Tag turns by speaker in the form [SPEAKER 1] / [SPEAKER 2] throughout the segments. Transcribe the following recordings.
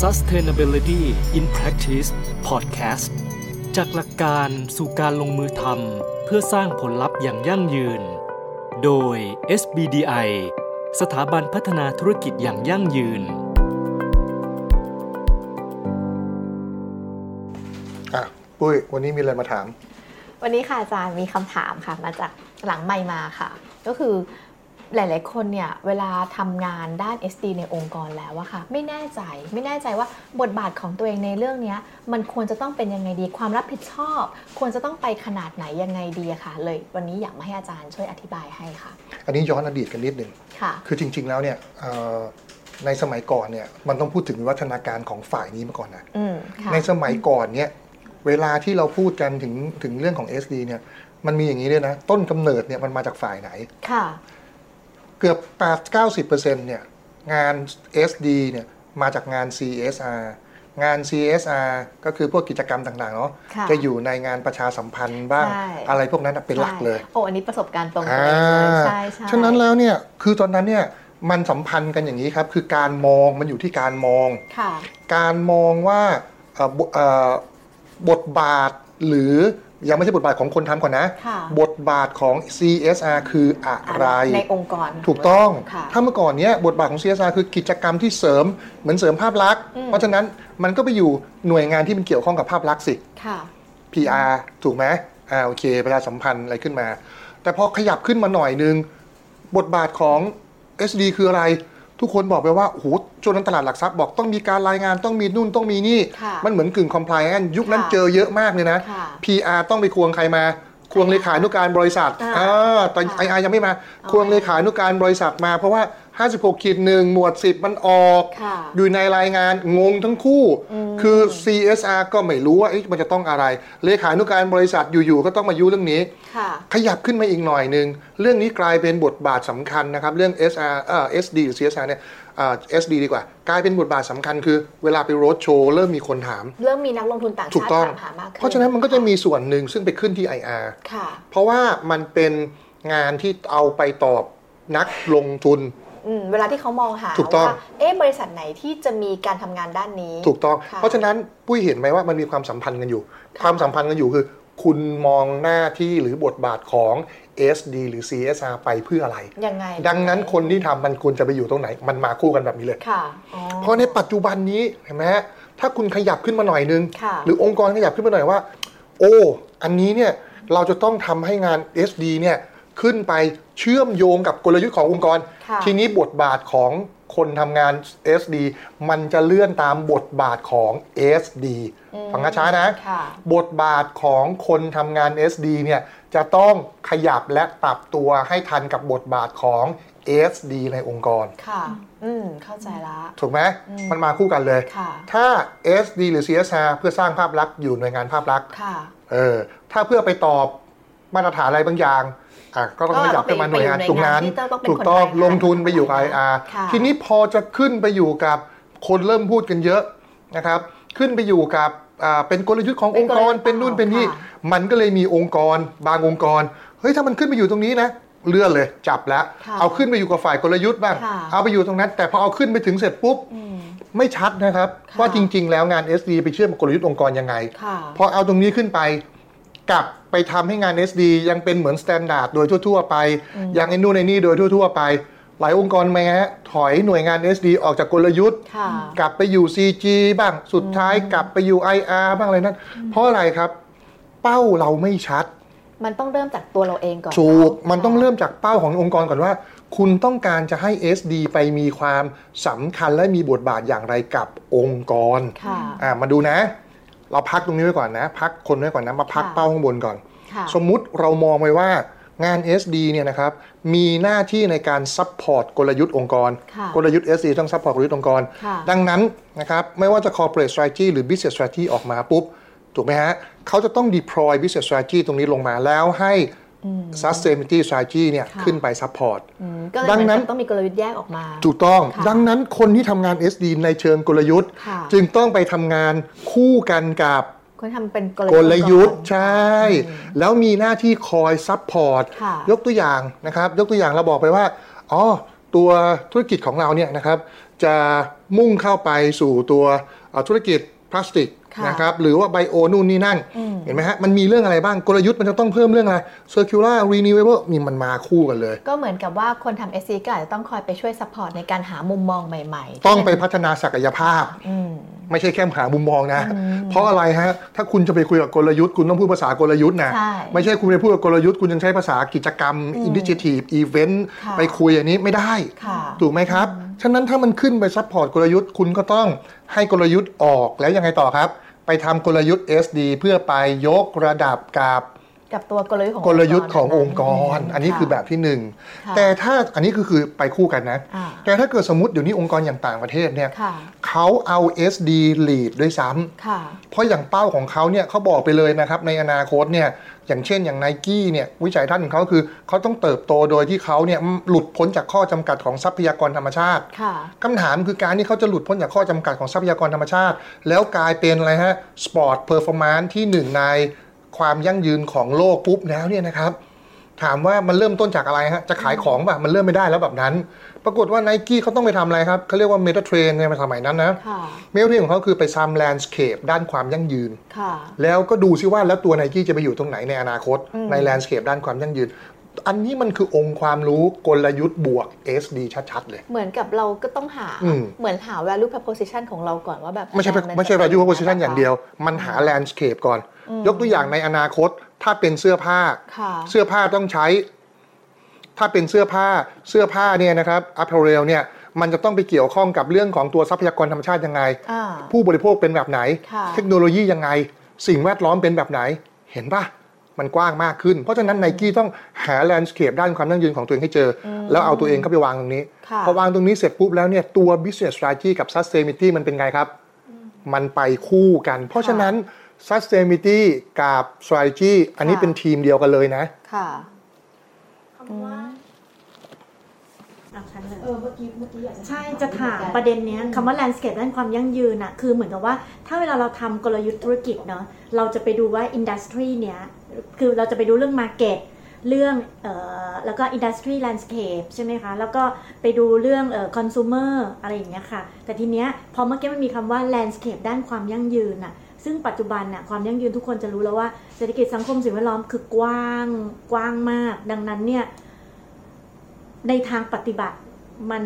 [SPEAKER 1] Sustainability in Practice Podcast จากหลักการสู่การลงมือทำเพื่อสร้างผลลัพธ์อย่างยั่งยืน โดย SBDI สถาบันพัฒนาธุรกิจอย่างยั่งยืน
[SPEAKER 2] อ่ะปุ้ยวันนี้มีอะไรมาถาม
[SPEAKER 3] วันนี้ค่ะอาจารย์มีคำถามค่ะมาจากหลังไมค์มาค่ะ ก็คือหลาย ๆ คนเนี่ยเวลาทำงานด้าน SD ในองค์กรแล้วอะค่ะ ไม่แน่ใจไม่แน่ใจว่าบทบาทของตัวเองในเรื่องเนี้ยมันควรจะต้องเป็นยังไงดีความรับผิดชอบ ควรจะต้องไปขนาดไหนยังไงดีอะค่ะ เลยวันนี้อยากมาให้อาจารย์ช่วยอธิบายให้ค่ะ
[SPEAKER 2] อันนี้ย้อนอดีตกันนิดหนึ่ง
[SPEAKER 3] ค่ะ
[SPEAKER 2] คือจริง ๆ แล้วเนี่ยเอ่อในสมัยก่อนเนี่ยมันต้องพูดถึงวิวัฒนาการของฝ่ายนี้มาก่อนนะ
[SPEAKER 3] อืมค่ะ
[SPEAKER 2] ในสมัยก่อนเนี่ยเวลาที่เราพูดกันถึงถึงเรื่องของ SD เนี่ยมันมีอย่างนี้ด้วยนะ ต้นกำเนิดเนี่ยมันมาจากฝ่ายไหน
[SPEAKER 3] ค่ะ
[SPEAKER 2] เกือบ 8 90%เนี่ยงาน SD เนี่ยมาจากงาน CSR งาน CSR ก็คือพวกกิจกรรมต่างๆเนาะ
[SPEAKER 3] ค่ะ
[SPEAKER 2] จะอยู่ในงานประชาสัมพันธ์บ้าง
[SPEAKER 3] ใช่
[SPEAKER 2] อะไรพวกนั้นนะเป็นหลักเลย
[SPEAKER 3] ใช่โอ้อันนี้ประสบการณ์ตรงตัว
[SPEAKER 2] อ่า
[SPEAKER 3] เองเลยใช่ใช่
[SPEAKER 2] ฉะนั้นแล้วเนี่ย คือตอนนั้นเนี่ย มันสัมพันธ์กันอย่างนี้ครับ คือการมองมันอยู่ที่การมอง
[SPEAKER 3] ค่ะ
[SPEAKER 2] การมองว่าเอ่อบเอ่อบทบาทหรือยังไม่ใช่บทบาทของคนทำก่อนนะ
[SPEAKER 3] ค่ะ
[SPEAKER 2] บทบาทของ CSR คืออะไร
[SPEAKER 3] ในองค์กร
[SPEAKER 2] ถูกต้อง
[SPEAKER 3] ค่ะ
[SPEAKER 2] ถ้าเมื่อก่อนเนี้ยบทบาทของ CSR คือกิจกรรมที่เสริมเหมือนเสริมภาพลักษณ์
[SPEAKER 3] อืม
[SPEAKER 2] เพราะฉะนั้นมันก็ไปอยู่หน่วยงานที่มันเกี่ยวข้องกับภาพลักษณ์สิ
[SPEAKER 3] ค่ะ
[SPEAKER 2] PR ถูกไหมอ่าโอเคประชาสัมพันธ์อะไรขึ้นมา แต่พอขยับขึ้นมาหน่อยนึง บทบาทของ SD คืออะไร ทุกคนบอกไปว่าโอ้โหจนนั้นตลาดหลักทรัพย์บอกต้องมีการรายงานต้องมีนู่นต้องมีนี่
[SPEAKER 3] ค่ะ
[SPEAKER 2] มันเหมือนกึ่ง compliance ยุคนั้น
[SPEAKER 3] ค่ะ
[SPEAKER 2] เจอเยอะมากเลยนะ
[SPEAKER 3] ค่ะ
[SPEAKER 2] PR ต้องไปควงใครมา ควงเลขานุการบริษัท
[SPEAKER 3] อ่า
[SPEAKER 2] อ่าตอนไอ
[SPEAKER 3] ค่ะ
[SPEAKER 2] อายังไม่มา
[SPEAKER 3] อ
[SPEAKER 2] ควงเลขานุการบริษัทมา เพราะว่า 56ขีดหนึ่งหมวด 10 มันออก
[SPEAKER 3] ค่ะ
[SPEAKER 2] อยู่ในรายงานงงทั้งคู่
[SPEAKER 3] อืม
[SPEAKER 2] คือ CSR ก็ไม่รู้ว่าเอ๊ะมันจะต้องอะไร เลขานุการบริษัทอยู่ๆก็ต้องมายุ่งเรื่องนี้
[SPEAKER 3] ค่ะ
[SPEAKER 2] ขยับขึ้นมาอีกหน่อยหนึ่งเรื่องนี้กลายเป็นบทบาทสำคัญนะครับ เรื่อง SR เอ่อ SD หรือ CSR เนี่ยเอ่อ SD ดีกว่า กลายเป็นบทบาทสำคัญคือเวลาไปโรดโชว์เริ่มมีคนถาม
[SPEAKER 3] เริ่มมีนักลงทุนต่าง
[SPEAKER 2] ถูก
[SPEAKER 3] ชาติ
[SPEAKER 2] ต้อง
[SPEAKER 3] ถามหามากขึ้น
[SPEAKER 2] เพราะฉะนั้นมันก็จะมีส่วนหนึ่งซึ่งไปขึ้นที่ IR
[SPEAKER 3] ค่ะ
[SPEAKER 2] เพราะว่ามันเป็นงานที่เอาไปตอบนักลงทุน
[SPEAKER 3] อืม เวลาที่เขามองหา
[SPEAKER 2] ถูกต้อง
[SPEAKER 3] ว่าเอ๊ะบริษัทไหนที่จะมีการทำงานด้านนี้
[SPEAKER 2] ถูกต้อง
[SPEAKER 3] ค่ะ
[SPEAKER 2] เพราะฉะนั้นปุ้ยเห็นไหมว่ามันมีความสัมพันธ์กันอยู่ ความสัมพันธ์กันอยู่คือ คุณมองหน้าที่หรือบทบาทของ SD หรือ CSR ไปเพื่ออะไร
[SPEAKER 3] ยังไง
[SPEAKER 2] ดังนั้นคนที่ทำมันควรจะไปอยู่ตรงไหน มันมาคู่กันแบบนี้เลย
[SPEAKER 3] ค่ะอ๋อ
[SPEAKER 2] เพราะในปัจจุบันนี้เห็นไหมฮะถ้าคุณขยับขึ้นมาหน่อยนึง
[SPEAKER 3] ค่ะ
[SPEAKER 2] หรือองค์กรขยับขึ้นมาหน่อยว่า โอ้ อันนี้เนี่ยเราจะต้องทำให้งาน SD เนี่ยขึ้นไปเชื่อมโยงกับกลยุทธ์ขององค์กร
[SPEAKER 3] ค่ะ
[SPEAKER 2] ทีนี้บทบาทของคนทำงาน SD มันจะเลื่อนตามบทบาทของ SD
[SPEAKER 3] อืม
[SPEAKER 2] ฟังช้าๆนะ
[SPEAKER 3] ค่ะ
[SPEAKER 2] บทบาทของคนทำงาน SD เนี่ยจะต้องขยับและปรับตัวให้ทันกับบทบาทของ SD ในองค์กร
[SPEAKER 3] ค่ะ อืม เข้าใจละ
[SPEAKER 2] ถูกไหม
[SPEAKER 3] อืม
[SPEAKER 2] มันมาคู่กันเลย
[SPEAKER 3] ค่ะ
[SPEAKER 2] ถ้า SD หรือ CSR เพื่อสร้างภาพลักษณ์อยู่หน่วยงานภาพลักษณ์
[SPEAKER 3] ค่ะ
[SPEAKER 2] เออถ้าเพื่อไปตอบมาตรฐานอะไรบางอย่างอ่ะก็ต้องขยับ
[SPEAKER 3] ก็
[SPEAKER 2] ขึ้นมาหน่วยงาน
[SPEAKER 3] ไปอยู่
[SPEAKER 2] ตรงนั้น
[SPEAKER 3] ในงานที่ต้องเป็น
[SPEAKER 2] ถูกต้อง
[SPEAKER 3] คนไทย
[SPEAKER 2] ลงทุนไปอยู่กับ
[SPEAKER 3] ค่ะ
[SPEAKER 2] IR
[SPEAKER 3] ค่ะ
[SPEAKER 2] ทีนี้พอจะขึ้นไปอยู่กับคนเริ่มพูดกันเยอะนะครับ ขึ้นไปอยู่กับอ่าเป็นกลยุทธ์ขององค์กร
[SPEAKER 3] เป็
[SPEAKER 2] เป็น
[SPEAKER 3] นกลยุทธ์
[SPEAKER 2] นู่นเป็นนี่
[SPEAKER 3] ค่ะ
[SPEAKER 2] มันก็เลยมีองค์กร บางองค์กรเฮ้ยถ้ามันขึ้นไปอยู่ตรงนี้นะเลื่อนเลยจับแล้ว
[SPEAKER 3] ค่ะ
[SPEAKER 2] เอาขึ้นไปอยู่กับฝ่ายกลยุทธ์บ้าง
[SPEAKER 3] ค่ะ
[SPEAKER 2] เอาไปอยู่ตรงนั้น แต่พอเอาขึ้นไปถึงเสร็จปุ๊บ
[SPEAKER 3] อืม
[SPEAKER 2] ไม่ชัดนะครับ
[SPEAKER 3] ค่ะ
[SPEAKER 2] ว่าจริง ๆ แล้วงาน SD ไปเชื่อมกับกลยุทธ์องค์กรยังไง
[SPEAKER 3] ค่ะ
[SPEAKER 2] พอเอาตรงนี้ขึ้นไป กลับไปทำให้งาน SD ยังเป็นเหมือนสแตนดาร์ดโดยทั่ว ๆ ไป ยังไอ้นู่นไอ้นี่โดยทั่ว ๆ ไป หลายองค์กรแม้ถอยหน่วยงาน SD ออกจากกลยุทธ์
[SPEAKER 3] ค่ะ
[SPEAKER 2] กลับไปอยู่ CG บ้างสุดท้ายกลับไปอยู่ IR บ้างอะไรนั้น เพราะอะไรครับ เป้าเราไม่ชัด
[SPEAKER 3] มันต้องเริ่มจากตัวเราเองก่อน
[SPEAKER 2] ถูก
[SPEAKER 3] เาะ
[SPEAKER 2] มันต้องเริ่มจากเป้าขององค์กรก่อนว่า คุณต้องการจะให้ SD ไปมีความสำคัญและมีบทบาทอย่างไรกับองค์กร
[SPEAKER 3] ค่ะ
[SPEAKER 2] อ่ะมาดูนะ เราพักตรงนี้ไว้ก่อนนะ พักคนไว้ก่อนนะ มาพัก
[SPEAKER 3] ค่ะ
[SPEAKER 2] เป้าข้างบนก่อน
[SPEAKER 3] ค่ะ
[SPEAKER 2] สมมุติเรามองไว้ว่างาน SD เนี่ยนะครับ มีหน้าที่ในการซัพพอร์ตกลยุทธ์องค์กร
[SPEAKER 3] ค่ะ
[SPEAKER 2] กลยุทธ์ SD ต้องซัพพอร์ตกลยุทธ์องค์กร
[SPEAKER 3] ค่ะ
[SPEAKER 2] ดังนั้นนะครับ ไม่ว่าจะ corporate strategy หรือ business strategy ออกมาปุ๊บ ถูกไหมฮะ เขาจะต้อง deploy business strategy ตรงนี้ลงมาแล้วให้
[SPEAKER 3] อืม
[SPEAKER 2] sustainability strategy เนี่ย
[SPEAKER 3] ค่ะ
[SPEAKER 2] ขึ้นไป support
[SPEAKER 3] อืมก็เลย
[SPEAKER 2] ดังนั้น
[SPEAKER 3] มัต้องมีกลยุทธ์แยกออกมา
[SPEAKER 2] ถูกต้อง
[SPEAKER 3] ค่ะ
[SPEAKER 2] ดังนั้นคนที่ทำงาน SD ในเชิงกลยุทธ์
[SPEAKER 3] ค่ะ
[SPEAKER 2] จึงต้องไปทำงานคู่กันกับ
[SPEAKER 3] คนทำเป็นก
[SPEAKER 2] กลยุทธ์
[SPEAKER 3] ก่อน
[SPEAKER 2] ใช่ แล้วมีหน้าที่คอยซัพพอร์ต
[SPEAKER 3] ค่ะ
[SPEAKER 2] ยกตัวอย่างนะครับ ยกตัวอย่างเราบอกไปว่าอ๋อตัวธุรกิจของเราเนี่ยนะครับ จะมุ่งเข้าไปสู่ตัวเอ่อธุรกิจพลาสติก
[SPEAKER 3] ค่ะ
[SPEAKER 2] นะครับหรือว่าไบโอนู่นนี่นั่น
[SPEAKER 3] อืม
[SPEAKER 2] เห็นไหมฮะ มันมีเรื่องอะไรบ้าง กลยุทธ์มันจะต้องเพิ่มเรื่องอะไร circular renewable มีมันมาคู่กันเลย
[SPEAKER 3] ก็เหมือนกับว่าคนทำเอซีก็อาจจะต้องคอยไปช่วยซัพพอร์ตในการหามุมมองใหม่ๆ
[SPEAKER 2] ต้องไปพัฒนาศักยภาพ
[SPEAKER 3] อืม
[SPEAKER 2] ไม่ใช่แค่หามุมมองนะ
[SPEAKER 3] อืม
[SPEAKER 2] เพราะอะไรฮะ ถ้าคุณจะไปคุยกับกลยุทธ์ คุณต้องพูดภาษากลยุทธ์นะ
[SPEAKER 3] ใช่
[SPEAKER 2] ไม่ใช่คุณไปพูดกับกลยุทธ์ คุณยังใช้ภาษากิจกรรม
[SPEAKER 3] อืม
[SPEAKER 2] initiative event
[SPEAKER 3] ค่ะ
[SPEAKER 2] ไปคุยอันนี้ไม่ได้
[SPEAKER 3] ค่ะ
[SPEAKER 2] ถูกไหมครับ ฉะนั้นถ้ามันขึ้นไปซัพพอร์ตกลยุทธ์ คุณก็ต้องให้กลยุทธ์ออก แล้วยังไงต่อครับ ไปทำกลยุทธ์ SD เพื่อไปยกระดับกับ
[SPEAKER 3] กับตัวกลยุทธ์ของ
[SPEAKER 2] กลยุทธ์ขององค์กร
[SPEAKER 3] ม
[SPEAKER 2] อันนี้คือแบบที่หนึ่ง
[SPEAKER 3] ค่ะ
[SPEAKER 2] แต่ถ้าอันนี้คือคือไปคู่กันนะ
[SPEAKER 3] อ่า
[SPEAKER 2] แต่ถ้าเกิดสมมติเดี๋ยวนี้องค์กรอย่างต่างประเทศเนี่ย
[SPEAKER 3] ค่ะ
[SPEAKER 2] เขาเอา SD lead ด้วยซ้ำ
[SPEAKER 3] ค่ะ
[SPEAKER 2] เพราะอย่างเป้าของเขาเนี่ยเขาบอกไปเลยนะครับ ในอนาคตเนี่ยอย่างเช่นอย่างไนกี้เนี่ยวิจัยท่านของเขาคือเขาต้องเติบโตโดยที่เขาเนี่ยหลุดพ้นจากข้อจำกัดของทรัพยากรธรรมชาติ
[SPEAKER 3] ค่ะ
[SPEAKER 2] คำถามคือการที่เขาจะหลุดพ้นจากข้อจำกัดของทรัพยากรธรรมชาติ แล้วกลายเป็นอะไรฮะสปอร์ตเพอร์ฟอร์แมนซ์ที่หนึ่งในความยั่งยืนของโลกปุ๊บแล้วเนี่ยนะครับ ถามว่ามันเริ่มต้นจากอะไรฮะ จะขายของป่ะ มันเริ่มไม่ได้แล้วแบบนั้น ปรากฏว่าไนกี้เขาต้องไปทำอะไรครับเขาเรียกว่าเมตาเทรนในสมัยนั้นนะ
[SPEAKER 3] ค่ะ
[SPEAKER 2] เมตาเทรนของเขาคือไปซ้ำแลนด์สเคปด้านความยั่งยืน
[SPEAKER 3] ค่ะ
[SPEAKER 2] แล้วก็ดูซิว่าแล้วตัวไนกี้จะไปอยู่ตรงไหนในอนาคต
[SPEAKER 3] อืม
[SPEAKER 2] ในแลนด์สเคปด้านความยั่งยืน อันนี้มันคือองค์ความรู้กลยุทธ์บวก SD ชัดๆเลย
[SPEAKER 3] เหมือนกับเราก็ต้องหา
[SPEAKER 2] อืม
[SPEAKER 3] เหมือนหา value proposition ของเราก่อนว่าแบบ
[SPEAKER 2] ไม่ใช่
[SPEAKER 3] งานน
[SPEAKER 2] ไม่ใช่
[SPEAKER 3] จะ
[SPEAKER 2] value
[SPEAKER 3] ป็น
[SPEAKER 2] proposition อย่างเดียว มันหาแลนด์สเคปก่อน
[SPEAKER 3] อืม
[SPEAKER 2] ยกตัวอย่างในอนาคต ถ้าเป็นเสื้อผ้า
[SPEAKER 3] ค่ะ
[SPEAKER 2] เสื้อผ้าต้องใช้ ถ้าเป็นเสื้อผ้า เสื้อผ้าเนี่ยนะครับ apparel เนี่ย มันจะต้องไปเกี่ยวข้องกับเรื่องของตัวทรัพยากรธรรมชาติยังไง
[SPEAKER 3] อ่า
[SPEAKER 2] ผู้บริโภคเป็นแบบไหน
[SPEAKER 3] ค่ะ
[SPEAKER 2] เทคโนโลยียังไง สิ่งแวดล้อมเป็นแบบไหน เห็นปะมันกว้างมากขึ้น เพราะฉะนั้นไนกี้ต้องหาแลนด์สเคปด้านความยั่งยืนของตัวเองให้เจออแล้วเอาตัวเองเข้าไปวางตรงนี้
[SPEAKER 3] ค่ะ
[SPEAKER 2] พอวางตรงนี้เสร็จปุ๊บแล้วเนี่ยตัว business strategy กับ sustainability มันเป็นไงครับ มันไปคู่กัน เพราะฉะนั้น sustainability กับ strategy อันนี้
[SPEAKER 3] ค่ะ
[SPEAKER 2] เป็นทีมเดียวกันเลยนะ
[SPEAKER 3] ค่ะ
[SPEAKER 4] คำว่า
[SPEAKER 5] อ่ะฉันเลย
[SPEAKER 4] เออเมื่อกี้เมื่อกี้อยากจะ
[SPEAKER 5] ใช่จะถามประเด็นเนี้ยคำว่า landscape ด้านความยั่งยืนอะคือเหมือนกับว่าถ้าเวลาเราทำกลยุทธ์ธุรกิจเนาะเราจะไปดูว่า industry เนี้ยคือเราจะไปดูเรื่อง market เรื่องเอ่อแล้วก็ industry landscape ใช่ไหมคะ แล้วก็ไปดูเรื่องเอ่อ consumer อะไรอย่างเงี้ยค่ะ แต่ทีเนี้ยพอเมื่อกี้มันมีคำว่า landscape ด้านความยั่งยืนอะซึ่งปัจจุบันน่ะความยั่งยืนทุกคนจะรู้แล้วว่าเศรษฐกิจสังคมสิ่งแวดล้อมคือกว้างกว้างมาก ดังนั้นเนี่ย ในทางปฏิบัติมัน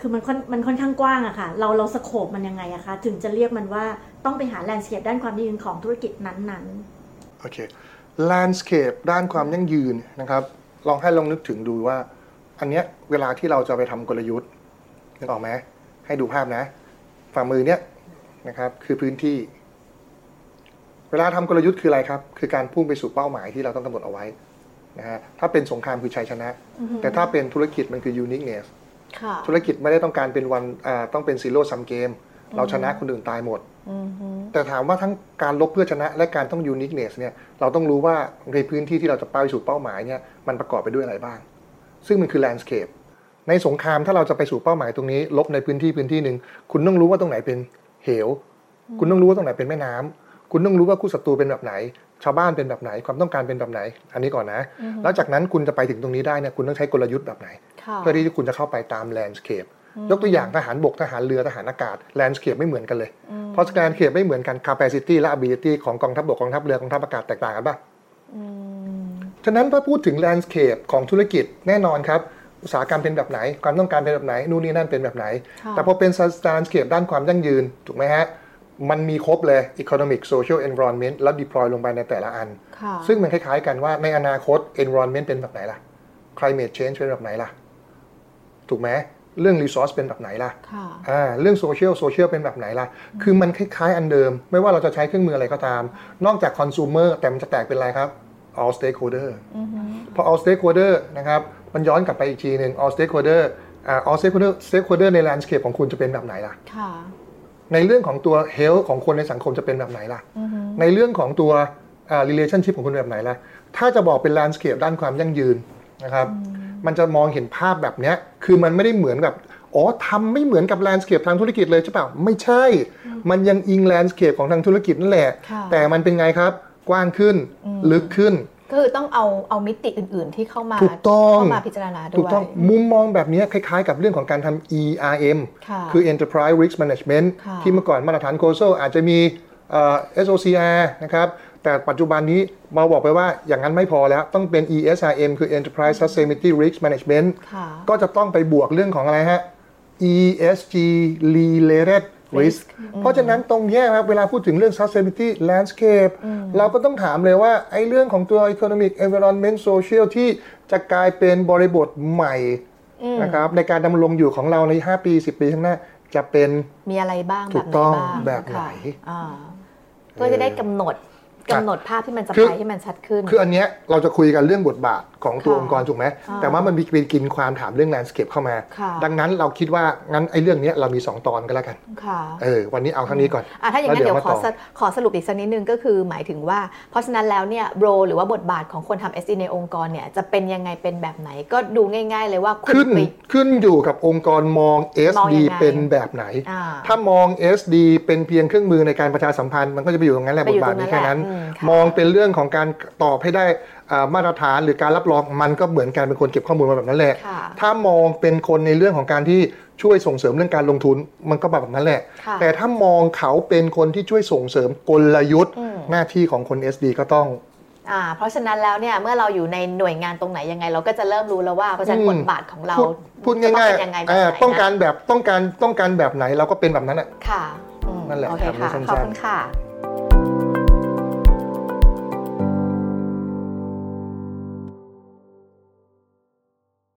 [SPEAKER 5] คือมันค่อนมันค่อนข้างกว้างอะค่ะ เราเราสโคบมันยังไงอะคะ ถึงจะเรียกมันว่าต้องไปหาแลนด์สเคปด้านความยั่งยืนของธุรกิจนั้น
[SPEAKER 2] โอเค landscape ด้านความยั่งยืนนะครับ ลองให้ลองนึกถึงดูว่า อันเนี้ยเวลาที่เราจะไปทำกลยุทธ์นึกออกไหมให้ดูภาพนะ ฝ่ามือเนี้ยนะครับ คือพื้นที่ เวลาทำกลยุทธ์คืออะไรครับ คือการพุ่งไปสู่เป้าหมายที่เราต้องกำหนดเอาไว้นะฮะถ้าเป็นสงครามคือชัยชนะ แต่ถ้าเป็นธุรกิจมันคือ uniqueness
[SPEAKER 3] ค่ะ
[SPEAKER 2] ธุรกิจไม่ได้ต้องการเป็นวันอ่าต้องเป็น zero sum game เราชนะคนอื่นตายหมด
[SPEAKER 3] อือฮึ
[SPEAKER 2] แต่ถามว่าทั้งการลบเพื่อชนะและการต้องยูนิคเนสเนี่ยเราต้องรู้ว่าในพื้นที่ที่เราจะไปสู่เป้าหมายเนี่ยมันประกอบไปด้วยอะไรบ้าง ซึ่งมันคือแลนด์สเคปในสงครามถ้าเราจะไปสู่เป้าหมายตรงนี้ ลบในพื้นที่พื้นที่หนึ่งคุณต้องรู้ว่าตรงไหนเป็นเหว คุณต้องรู้ว่าตรงไหนเป็นแม่น้ำคุณต้องรู้ว่าคู่ศัตรูเป็นแบบไหน ชาวบ้านเป็นแบบไหนความต้องการเป็นแบบไหน อันนี้ก่อนนะ แล้วจากนั้นคุณจะไปถึงตรงนี้ได้เนี่ยคุณต้องใช้กลยุทธ์แบบไหน
[SPEAKER 3] ค่ะ
[SPEAKER 2] เพื่อที่คุณจะเข้าไปตามแลนด์สเคปยกตัวอย่างทหารบกทหารเรือทหารอากาศแลนด์สเคปไม่เหมือนกันเลย เพราะแลนด์สเคปไม่เหมือนกัน capacity และ ability ของกองทัพบกกองทัพเรือกองทัพอากาศแตกต่างกันป่ะ
[SPEAKER 3] อืม
[SPEAKER 2] ฉะนั้นถ้าพูดถึงแลนด์สเคปของธุรกิจแน่นอนครับ อุตสาหกรรมเป็นแบบไหน ความต้องการเป็นแบบไหน นู่นนี่นั่นเป็นแบบไหน
[SPEAKER 3] ค่ะ
[SPEAKER 2] แต่พอเป็น landscape ด้านความยั่งยืน ถูกไหมฮะ มันมีครบเลย economic social environment แล้ว deploy ลงไปในแต่ละอัน
[SPEAKER 3] ค่ะ
[SPEAKER 2] ซึ่งมันคล้ายๆกันว่าในอนาคต environment เป็นแบบไหนล่ะ climate change เป็นแบบไหนล่ะ ถูกไหมเรื่อง resource เป็นแบบไหนล่ะ
[SPEAKER 3] ค่ะ
[SPEAKER 2] อ่าเรื่องโซเชียลโซเชียลเป็นแบบไหนล่ะ คือมันคล้ายๆอันเดิม ไม่ว่าเราจะใช้เครื่องมืออะไรก็ตาม นอกจากคอน sumer แต่มันจะแตกเป็นอะไรครับ all stakeholder
[SPEAKER 3] อือฮึ
[SPEAKER 2] พอ all stakeholder นะครับ มันย้อนกลับไปอีกทีหนึ่ง all stakeholder อ่า all stakeholder stakeholder ใน landscape ของคุณจะเป็นแบบไหนล่ะ
[SPEAKER 3] ค่ะ
[SPEAKER 2] ในเรื่องของตัว health ของคนในสังคมจะเป็นแบบไหนล่ะ
[SPEAKER 3] อือฮึ
[SPEAKER 2] ในเรื่องของตัวอ่า relationship ของคุณเป็นแบบไหนล่ะ ถ้าจะบอกเป็น landscape ด้านความยั่งยืนนะครับ มันจะมองเห็นภาพแบบเนี้ย คือมันไม่ได้เหมือนกับ อ๋อทำไม่เหมือนกับแลนด์สเคปทางธุรกิจเลยใช่เปล่า ไม่ใช่ มันยังอิงแลนด์สเคปของทางธุรกิจนั่นแหละ
[SPEAKER 3] ค่ะ
[SPEAKER 2] แต่มันเป็นไงครับ กว้างขึ้น
[SPEAKER 3] อืม
[SPEAKER 2] ลึกขึ้น
[SPEAKER 3] คือต้องเอาเอามิติอื่น ๆ ที่เข้ามา
[SPEAKER 2] ถูกต้อง
[SPEAKER 3] เข้ามาพิจารณาด้
[SPEAKER 2] ถูก
[SPEAKER 3] วย
[SPEAKER 2] ต้องมุมมองแบบนี้คล้ายๆ กับเรื่องของการทำ ERM
[SPEAKER 3] ค่ะ
[SPEAKER 2] คือ Enterprise Risk Management
[SPEAKER 3] ค่ะ
[SPEAKER 2] ที่เมื่อก่อนมาตรฐานโกโซอาจจะมีเอ่อ SOCR นะครับ แต่ปัจจุบันนี้มาบอกไปว่าอย่างนั้นไม่พอแล้ว ต้องเป็น ESRM คือ Enterprise Sustainability Risk Management
[SPEAKER 3] ค่ะ
[SPEAKER 2] ก็จะต้องไปบวกเรื่องของอะไรฮะ ESG related risk เพราะฉะนั้นตรงเนี้ยครับเวลาพูดถึงเรื่อง sustainability landscape เราก็ต้องถามเลยว่าไอ้เรื่องของตัว economic environment social ที่จะกลายเป็นบริบทใหม่นะครับในการดำรงอยู่ของเราใน 5 ปี 10 ปีข้างหน้า จะเป็น
[SPEAKER 3] มีอะไรบ้าง
[SPEAKER 2] ถู
[SPEAKER 3] แบบ
[SPEAKER 2] ก
[SPEAKER 3] ไหน
[SPEAKER 2] ต้อง
[SPEAKER 3] บ้าง
[SPEAKER 2] แบบไหน
[SPEAKER 3] ค่ะอ่าเพื่อจะได้กำหนดกำหนดภาพที่มันจะ
[SPEAKER 2] คือ
[SPEAKER 3] ไปให้มันชัดขึ้น
[SPEAKER 2] คืออันเนี้ยเราจะคุยกันเรื่องบทบาทของตัว
[SPEAKER 3] ค่ะ
[SPEAKER 2] องค์กรถูกไหม
[SPEAKER 3] ค่ะ
[SPEAKER 2] แต่ว่ามันมีเป็นกินความถามเรื่อง landscape เข้ามา
[SPEAKER 3] ค่ะ
[SPEAKER 2] ดังนั้นเราคิดว่างั้นไอ้เรื่องเนี้ยเรามี 2 ตอนก็แล้วกัน
[SPEAKER 3] ค่ะ
[SPEAKER 2] เออวันนี้เอาครั้งนี้ก่อน
[SPEAKER 3] อ่ะถ้าอย่างนั้
[SPEAKER 2] แล้ว
[SPEAKER 3] น
[SPEAKER 2] เดี๋
[SPEAKER 3] เดี๋
[SPEAKER 2] ย
[SPEAKER 3] ยววขอ
[SPEAKER 2] มาต่อ
[SPEAKER 3] สรุปขอสรุปอีกสักนิดนึงก็คือหมายถึงว่า เพราะฉะนั้นแล้วเนี่ยโรหรือว่าบทบาทของคนทำ SD ในองค์กรเนี่ยจะเป็นยังไงเป็นแบบไหนก็ดูง่าย ๆ เลยว่าคุณ
[SPEAKER 2] ขึ้น
[SPEAKER 3] ไป
[SPEAKER 2] ขึ้นอยู่กับองค์กรมอง
[SPEAKER 3] มอง
[SPEAKER 2] SD
[SPEAKER 3] ยังไง
[SPEAKER 2] เป็นแบบไหน
[SPEAKER 3] อ่า
[SPEAKER 2] ถ้ามอง SD เป็นเพียงเครื่องมือในการประชาสัมพันธ์ มันก็จะไปอยู่ตรงนั้นแหละ
[SPEAKER 3] ไป
[SPEAKER 2] บ
[SPEAKER 3] อ
[SPEAKER 2] ท
[SPEAKER 3] ยู่
[SPEAKER 2] บา
[SPEAKER 3] ต
[SPEAKER 2] ท
[SPEAKER 3] รง
[SPEAKER 2] นี้แค่
[SPEAKER 3] นั้นแหละ
[SPEAKER 2] นั้น
[SPEAKER 3] อืค่ะ
[SPEAKER 2] มองเป็นเรื่องของการตอบให้ได้อ่ามาตรฐานหรือการรับรองมันก็เหมือนการเป็นคนเก็บข้อมูลมาแบบนั้นแหละ
[SPEAKER 3] ค่ะ
[SPEAKER 2] ถ้ามองเป็นคนในเรื่องของการที่ช่วยส่งเสริมเรื่องการลงทุนมันก็แบบนั้นแหละ
[SPEAKER 3] ค่ะ
[SPEAKER 2] แต่ถ้ามองเขาเป็นคนที่ช่วยส่งเสริมกลยุทธ์
[SPEAKER 3] อืม
[SPEAKER 2] หน้าที่ของคน SD ก็ต้อง
[SPEAKER 3] อ่าเพราะฉะนั้นแล้วเนี่ยเมื่อเราอยู่ในหน่วยงานตรงไหนยังไง เราก็จะเริ่มรู้แล้วว่าเพราะฉะนั้นบทบาทของเรา
[SPEAKER 2] พูดพูดง่าย
[SPEAKER 3] จะต้องเป็นยังไง
[SPEAKER 2] ๆ
[SPEAKER 3] แบบไห
[SPEAKER 2] อ่าน ต้อง
[SPEAKER 3] นะ
[SPEAKER 2] การแบบต้องการต้องการแบบไหนเราก็เป็นแบบนั้นอะ
[SPEAKER 3] ค่ะอืม
[SPEAKER 2] นั่นแหละ
[SPEAKER 3] โอเค
[SPEAKER 2] ถาม
[SPEAKER 3] ค่ะ
[SPEAKER 2] สั้นๆ
[SPEAKER 3] ขอบคุณค่ะ